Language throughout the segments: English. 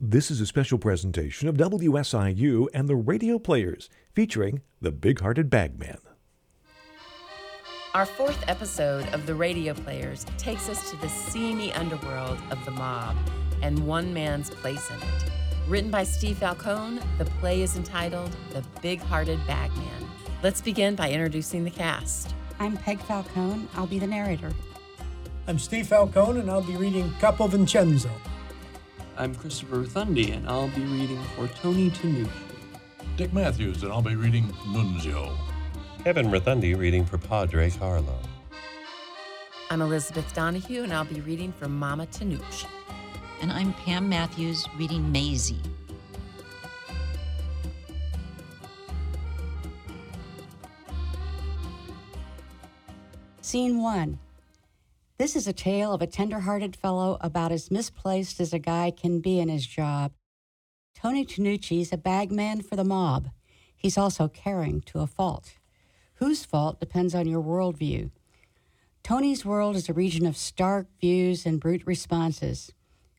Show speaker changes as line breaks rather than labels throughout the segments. This is a special presentation of WSIU and the Radio Players featuring the Big Hearted Bagman.
Our fourth episode of The Radio Players takes us to the seamy underworld of the mob and one man's place in it. Written by Steve Falcone, the play is entitled The Big Hearted Bagman. Let's begin by introducing the cast.
I'm Peg Falcone. I'll be the narrator.
I'm Steve Falcone, and I'll be reading Capovincenzo.
I'm Christopher Thundy, and I'll be reading for Tony Tanucci.
Dick Matthews, and I'll be reading Nunzio.
Kevin Rathundi reading for Padre Carlo.
I'm Elizabeth Donahue, and I'll be reading for Mama Tanucci.
And I'm Pam Matthews reading Maisie.
Scene one. This is a tale of a tender-hearted fellow about as misplaced as a guy can be in his job. Tony Tanucci's a bagman for the mob. He's also caring to a fault. Whose fault depends on your worldview. Tony's world is a region of stark views and brute responses.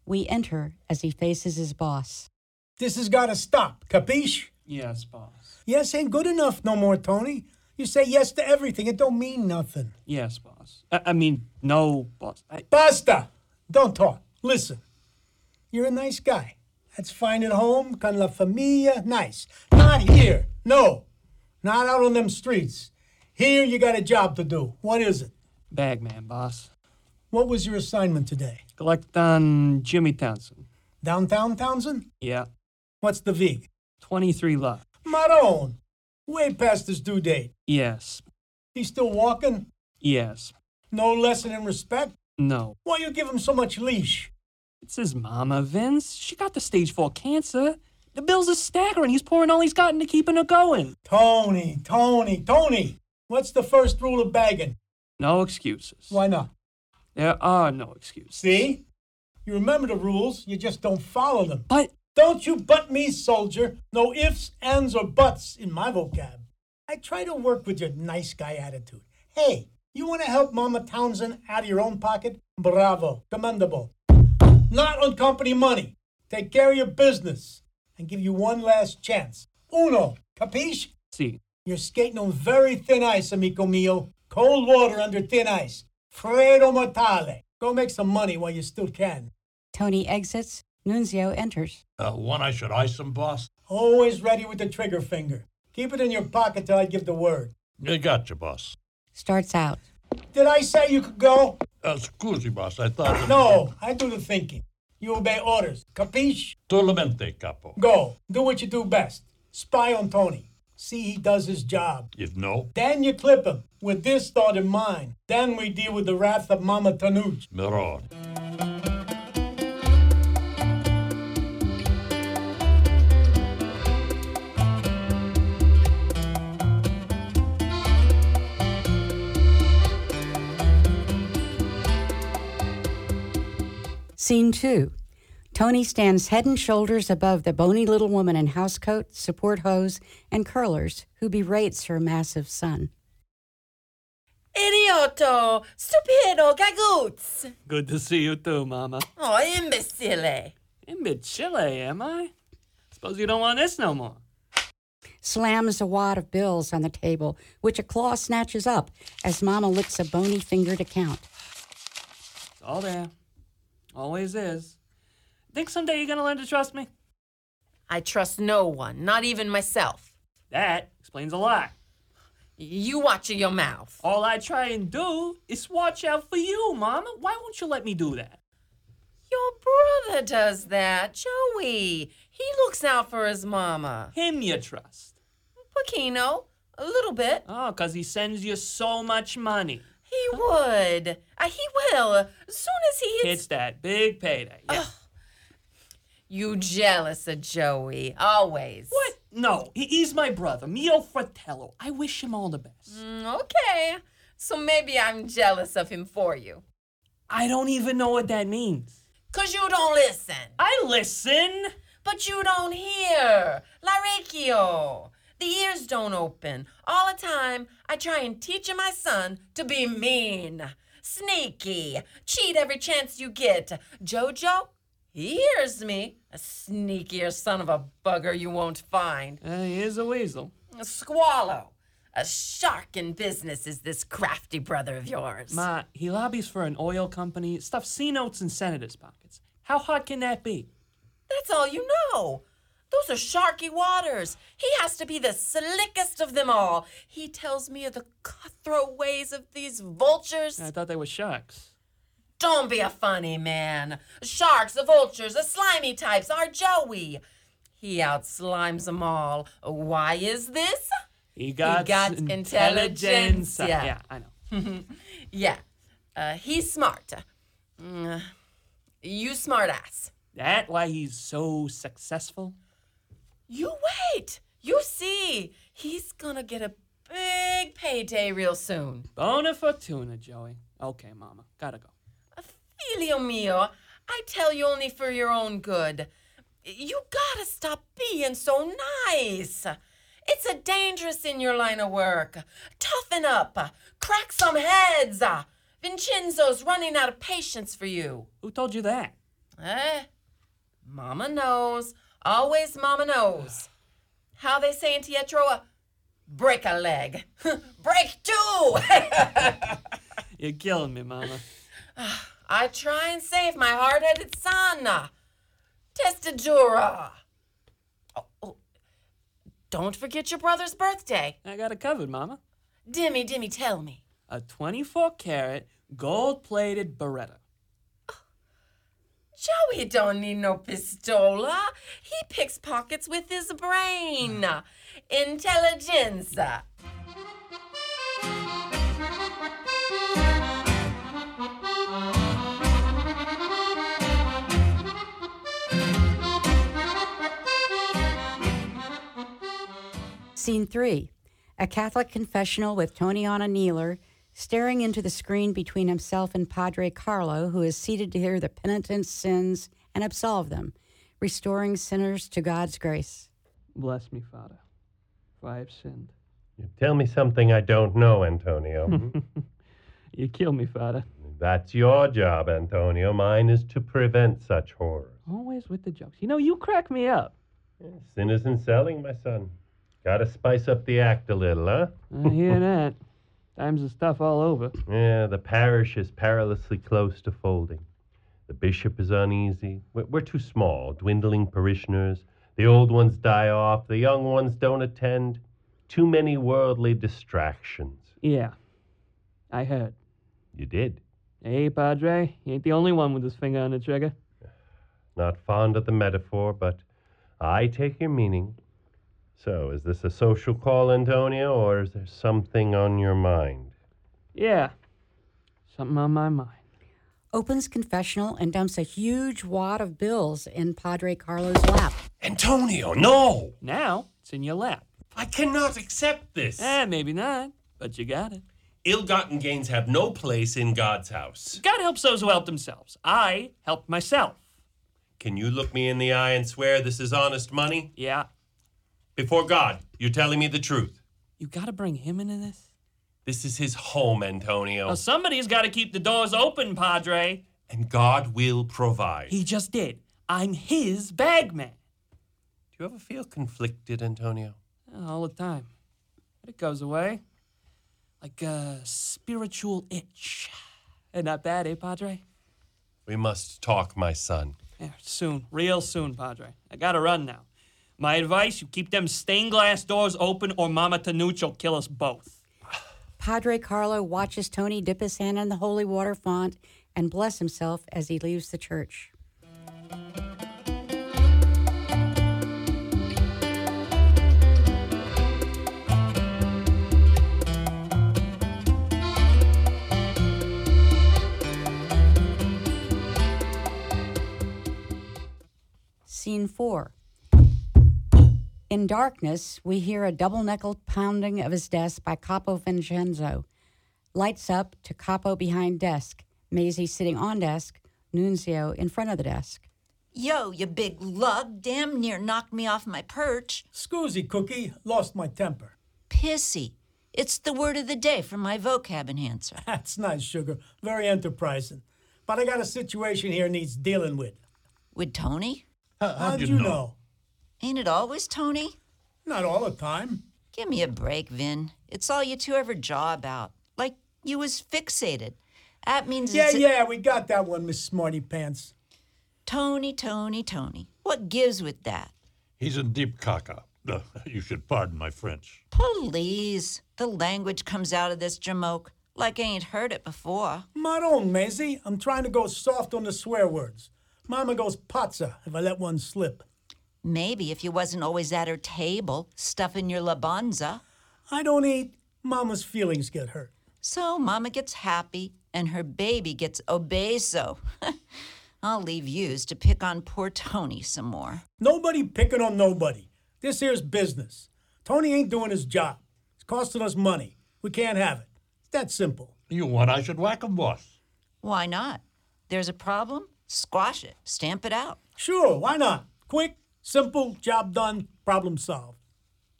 We enter as he faces his boss.
This has got to stop, capiche?
Yes, boss.
Yes ain't good enough no more, Tony. You say yes to everything, it don't mean nothing.
Yes, boss. I, I mean, no, boss. I,
Basta! Don't talk. Listen. You're a nice guy. That's fine at home, con la familia, nice. Not here, no. Not out on them streets. Here you got a job to do. What is it?
Bagman, boss.
What was your assignment today?
Collect on Jimmy Townsend.
Downtown Townsend?
Yeah.
What's the V?
23 left.
Maron! Way past his due date.
Yes.
He's still walking?
Yes.
No lesson in respect?
No.
Why you give him so much leash?
It's his mama, Vince. She got the stage 4 cancer. The bills are staggering. He's pouring all he's got into keeping her going.
Tony, Tony, Tony! What's the first rule of bagging?
No excuses.
Why not?
There are no excuses.
See? You remember the rules, you just don't follow them.
But
Don't you butt me, soldier. No ifs, ands, or buts in my vocab. I try to work with your nice guy attitude. Hey, you want to help Mama Townsend out of your own pocket? Bravo, commendable. Not on company money. Take care of your business and give you one last chance. Uno, capiche?
see,
You're skating on very thin ice, amico mio. Cold water under thin ice. Fredo mortale. Go make some money while you still can.
Tony exits. Nunzio enters.
Uh, one I should ice him, boss?
Always ready with the trigger finger. Keep it in your pocket till I give the word.
I gotcha, boss.
Starts out.
Did I say you could go?
Uh, excuse me, boss. I thought.
No, I do the thinking. You obey orders. Capiche?
Solamente, capo.
Go. Do what you do best. Spy on Tony. See he does his job.
If no,
Then you clip him. With this thought in mind, then we deal with the wrath of Mama Tanucci.
Miron.
Scene two. Tony stands head and shoulders above the bony little woman in housecoat, support hose, and curlers who berates her massive son.
Idioto! Stupido! Gagoots!
good to see you too, mama.
Oh, imbecile!
Imbecile, am I? Suppose you don't want this no more.
Slams a wad of bills on the table, which a claw snatches up as Mama licks a bony finger to count.
It's all there. Always is. Think someday you're gonna learn to trust me?
I trust no one, not even myself.
That explains a lot.
You watch your mouth.
All I try and do is watch out for you, Mama. Why won't you let me do that?
Your brother does that, Joey. He looks out for his mama.
Him you trust.
Pacino, a little bit.
Oh, 'cause he sends you so much money.
He would. Uh, he will. As soon as he hits.
It's that big payday. Yeah.
You jealous of Joey, always.
What? No, he- he's my brother, Mio Fratello. I wish him all the best.
Mm, Okay. So maybe I'm jealous of him for you.
I don't even know what that means.
Cause you don't listen.
I listen.
But you don't hear. Laricchio. The ears don't open. All the time, I try and teach my son to be mean, sneaky, cheat every chance you get. Jojo, He hears me. A sneakier son of a bugger you won't find.
Uh, he is a weasel.
A squallow. A shark in business is this crafty brother of yours.
Ma, he lobbies for an oil company, stuffs C notes in senators' pockets. How hot can that be?
That's all you know. Those are sharky waters. He has to be the slickest of them all. He tells me of the cutthroat ways of these vultures.
I thought they were sharks.
Don't be a funny man. Sharks, the vultures, the slimy types, our Joey. He outslimes them all. Why is this?
He got,
got intelligentsia.
Yeah, I know.
Yeah, uh, he's smart. Mm, you smart ass.
That why he's so successful?
You wait. You see. He's gonna get a big payday real soon.
Bona fortuna, Joey. Okay, Mama, gotta go.
Filio mio, I tell you only for your own good. You gotta stop being so nice. It's a dangerous in your line of work. Toughen up. Crack some heads. Vincenzo's running out of patience for you.
Who told you that?
Eh? Mama knows. Always Mama knows. How they say in Teatro, uh, break a leg. break two!
You're killing me, Mama.
I try and save my hard headed son. Testadura. Oh, oh, Don't forget your brother's birthday.
I got it covered, Mama.
Dimmy, Dimmy, tell me.
A 24 karat gold plated Beretta.
Joey don't need no pistola. He picks pockets with his brain. Intelligenza.
Scene three a Catholic confessional with Tony on a kneeler, staring into the screen between himself and Padre Carlo, who is seated to hear the penitent's sins and absolve them, restoring sinners to God's grace.
Bless me, Father, for I have sinned.
You tell me something I don't know, Antonio.
You kill me, Father.
That's your job, Antonio. Mine is to prevent such horrors.
Always with the jokes. You know, you crack me up.
Yeah, Sinners in selling, my son. Gotta spice up the act a little, huh?
I hear that. Times the stuff all over.
Yeah, the parish is perilously close to folding. The bishop is uneasy. We're, we're too small, dwindling parishioners. The old ones die off, the young ones don't attend. Too many worldly distractions.
Yeah, I heard.
You did.
Hey, Padre, you ain't the only one with his finger on the trigger.
Not fond of the metaphor, but I take your meaning. So, is this a social call, Antonio, or is there something on your mind?
Yeah, something on my mind.
Opens confessional and dumps a huge wad of bills in Padre Carlo's lap.
Antonio, no!
Now it's in your lap.
I cannot accept this.
Eh, maybe not, but you got it.
Ill gotten gains have no place in God's house.
God helps those who help themselves. I helped myself.
Can you look me in the eye and swear this is honest money?
Yeah.
Before God, you're telling me the truth.
You gotta bring him into this?
This is his home, Antonio,
Well, somebody's gotta keep the doors open, Padre.
and God will provide.
He just did. I'm his bag man.
Do you ever feel conflicted, Antonio?
All the time. But it goes away. Like a spiritual itch. Eh, Not bad, eh, Padre?
We must talk, my son.
Yeah, soon. Real soon, Padre. I gotta run now. My advice you keep them stained glass doors open, or Mama Tanucci will kill us both.
Padre Carlo watches Tony dip his hand in the holy water font and bless himself as he leaves the church. Scene 4. In darkness, we hear a double knuckled pounding of his desk by Capo Vincenzo. Lights up to Capo behind desk, Maisie sitting on desk, Nunzio in front of the desk.
Yo, you big lug, damn near knocked me off my perch.
Scoozy Cookie, lost my temper.
Pissy. It's the word of the day for my vocab enhancer.
That's nice, Sugar. Very enterprising. But I got a situation here needs dealing with.
With Tony?
How,
How'd
would
you know?
Ain't it always Tony?
Not all the time.
Give me a break, Vin. It's all you two ever jaw about. Like you was fixated. That means
Yeah,
it's a-
yeah, we got that one, Miss Smarty Pants.
Tony, Tony, Tony. What gives with that?
He's a deep caca. No, You should pardon my French.
Please. The language comes out of this jamoke like I ain't heard it before.
Maron, Maisie. I'm trying to go soft on the swear words. Mama goes patza if I let one slip.
Maybe if you wasn't always at her table, stuffing your labanza.
I don't eat. Mama's feelings get hurt.
So Mama gets happy and her baby gets obeso. I'll leave yous to pick on poor Tony some more.
Nobody picking on nobody. This here's business. Tony ain't doing his job. It's costing us money. We can't have it. It's that simple.
You want I should whack him, boss?
Why not? There's a problem? Squash it, stamp it out.
Sure, why not? Quick, simple, job done, problem solved.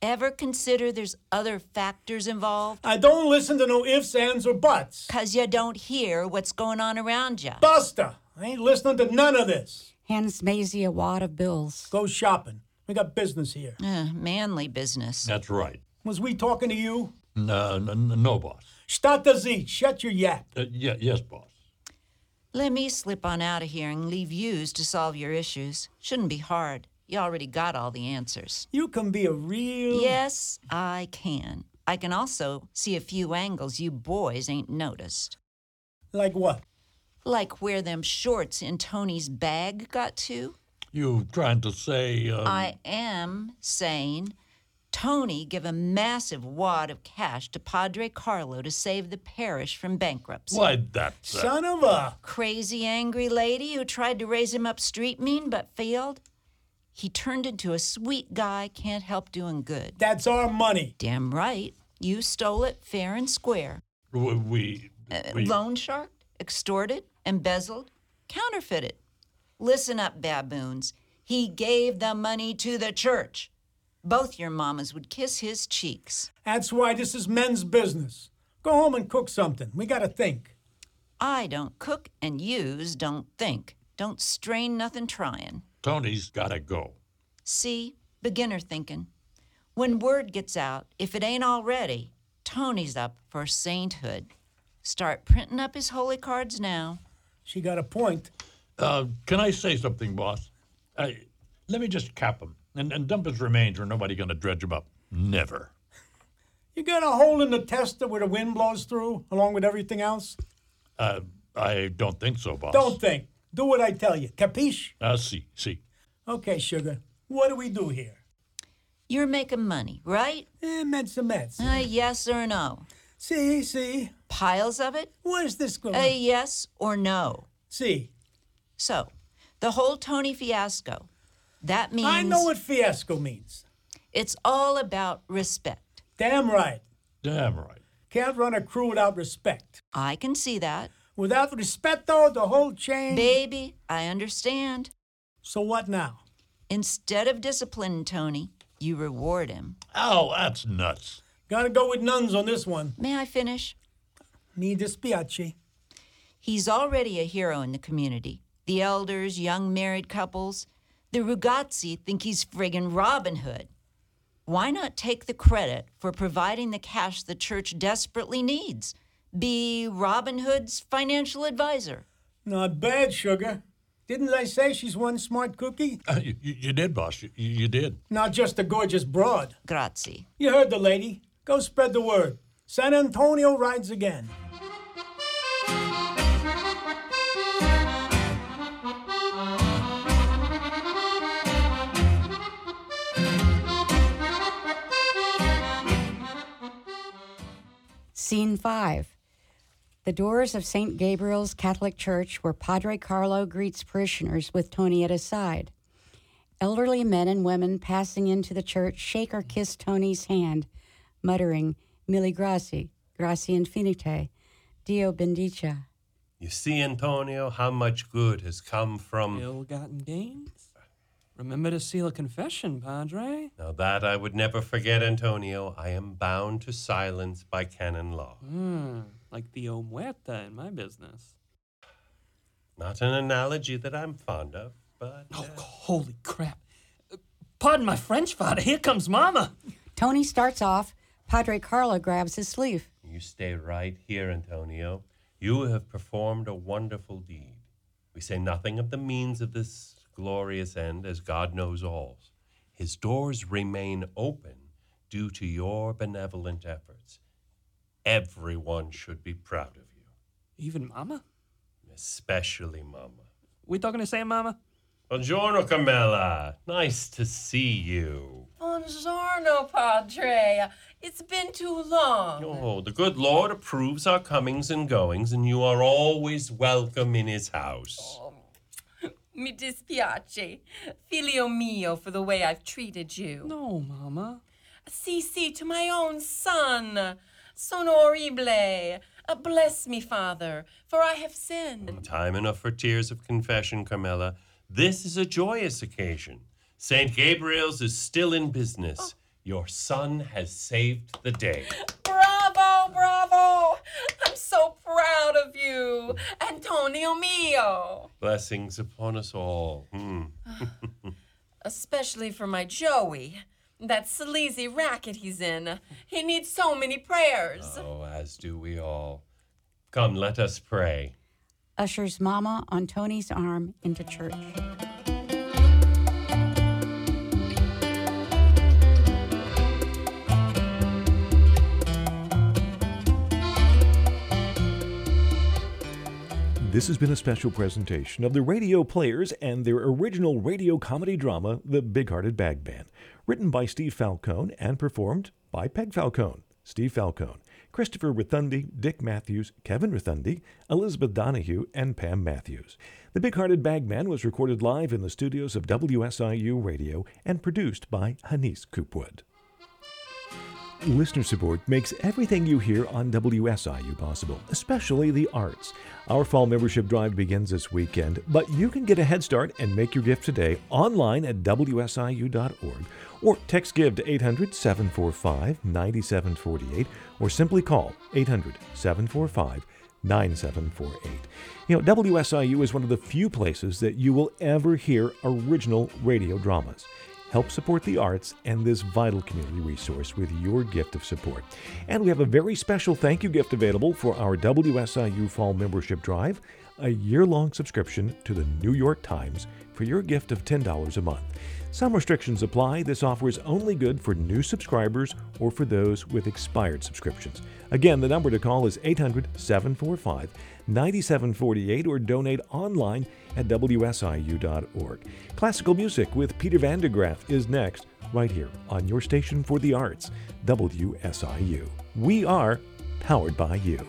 Ever consider there's other factors involved?
I don't listen to no ifs, ands, or buts.
Cause you don't hear what's going on around you.
Buster, I ain't listening to none of this.
Hands Maisie a wad of bills.
Go shopping. We got business here.
Ugh, Eh, manly business.
That's right.
Was we talking to you?
No, no, no boss.
Stata Z, shut your yap.
Uh, yeah, yes, boss.
Let me slip on out of here and leave yous to solve your issues. Shouldn't be hard. You already got all the answers.
You can be a real.
Yes, I can. I can also see a few angles you boys ain't noticed.
Like what?
Like where them shorts in Tony's bag got to.
You trying to say? Uh,
I am saying Tony give a massive wad of cash to Padre Carlo to save the parish from bankruptcy.
Why that? uh,
Son of a.
Crazy angry lady who tried to raise him up street mean but failed. He turned into a sweet guy, can't help doing good.
That's our money.
Damn right. You stole it fair and square.
we we,
Uh,
we-
loan sharked, extorted, embezzled, counterfeited. Listen up, baboons. He gave the money to the church. Both your mamas would kiss his cheeks.
That's why this is men's business. Go home and cook something. We gotta think.
I don't cook and yous don't think. Don't strain nothing trying.
Tony's gotta go.
See, beginner thinking. When word gets out, if it ain't already, Tony's up for sainthood. Start printing up his holy cards now.
She got a point.
Uh, can I say something, boss? I, let me just cap him and, and dump his remains, or nobody gonna dredge him up. Never.
You got a hole in the tester where the wind blows through, along with everything else?
Uh, I don't think so, boss.
Don't think. Do what I tell you. Capiche?
Uh, see, see.
Okay, sugar. What do we do here?
You're making money, right?
Eh, meds to meds.
A yes or no.
See, see.
Piles of it?
Where's this going?
A Uh, yes or no.
See.
So, the whole Tony fiasco. That means
I know what fiasco means.
it's all about respect.
Damn right.
Damn right.
Can't run a crew without respect.
I can see that.
Without respect, though, the whole chain.
Baby, I understand.
so what now?
Instead of disciplining Tony, you reward him.
Ow, Oh, that's nuts.
Gotta go with nuns on this one.
May I finish?
Mi dispiace.
He's already a hero in the community. The elders, young married couples, the Rugazzi think he's friggin' Robin Hood. Why not take the credit for providing the cash the church desperately needs? Be Robin Hood's financial advisor.
Not bad, sugar. Didn't I say she's one smart cookie?
Uh, you, you you did, boss. You, you you did.
Not just a gorgeous broad.
Grazie.
You heard the lady. Go spread the word. San Antonio rides again.
Scene five. The doors of St. Gabriel's Catholic Church, where Padre Carlo greets parishioners with Tony at his side. Elderly men and women passing into the church shake or kiss Tony's hand, muttering, Mille grazie, grazie infinite, Dio bendica.
You see, Antonio, how much good has come from.
Um. Ill-gotten gains. Remember to seal a confession, Padre.
Now that I would never forget, Antonio, I am bound to silence by canon law.
Hmm, like the omuerta in my business.
Not an analogy that I'm fond of. but uh,
Oh, holy crap. Pardon my French, Father. Here comes Mama.
Tony starts off. Padre Carlo grabs his sleeve.
you stay right here, Antonio. You have performed a wonderful deed. We say nothing of the means of this glorious end, as God knows all. His doors remain open due to your benevolent efforts. Everyone should be proud of you,
Even Mama?
especially Mama.
We talking the same Mama?
Buongiorno, Carmela. Nice to see you.
Buongiorno, Padre. It's been too long.
Oh, the good Lord approves our comings and goings, and you are always welcome in his house.
Mi dispiace, filio mio, for the way I've treated you.
No, Mama.
Si, si, to my own son. Sono horrible. Uh, bless me, Father, for I have sinned.
Time enough for tears of confession, Carmela. This is a joyous occasion. St. Gabriel's is still in business. Your son has saved the day.
Bravo, bravo. I'm so proud of you, Antonio mio.
Blessings upon us all. Hmm.
Especially for my Joey. That sleazy racket he's in. He needs so many prayers.
Oh, as do we all. Come, let us pray.
Ushers Mama on Tony's arm into church.
This has been a special presentation of the Radio Players and their original radio comedy drama, The Big Hearted Bag Band, written by Steve Falcone and performed by Peg Falcone, Steve Falcone, Christopher Rithundi, Dick Matthews, Kevin Rithundi, Elizabeth Donahue, and Pam Matthews. The Big Hearted Bag Band was recorded live in the studios of WSIU Radio and produced by Hanise Coopwood. Listener support makes everything you hear on WSIU possible, especially the arts. Our fall membership drive begins this weekend, but you can get a head start and make your gift today online at WSIU.org or text give to 800 745 9748 or simply call 800 745 9748. You know, WSIU is one of the few places that you will ever hear original radio dramas. Help support the arts and this vital community resource with your gift of support. And we have a very special thank you gift available for our WSIU Fall Membership Drive a year long subscription to the New York Times for your gift of $10 a month. Some restrictions apply. This offer is only good for new subscribers or for those with expired subscriptions. Again, the number to call is 800 745 9748 or donate online at WSIU.org. Classical music with Peter Vandegraff is next, right here on your station for the arts, WSIU. We are powered by you.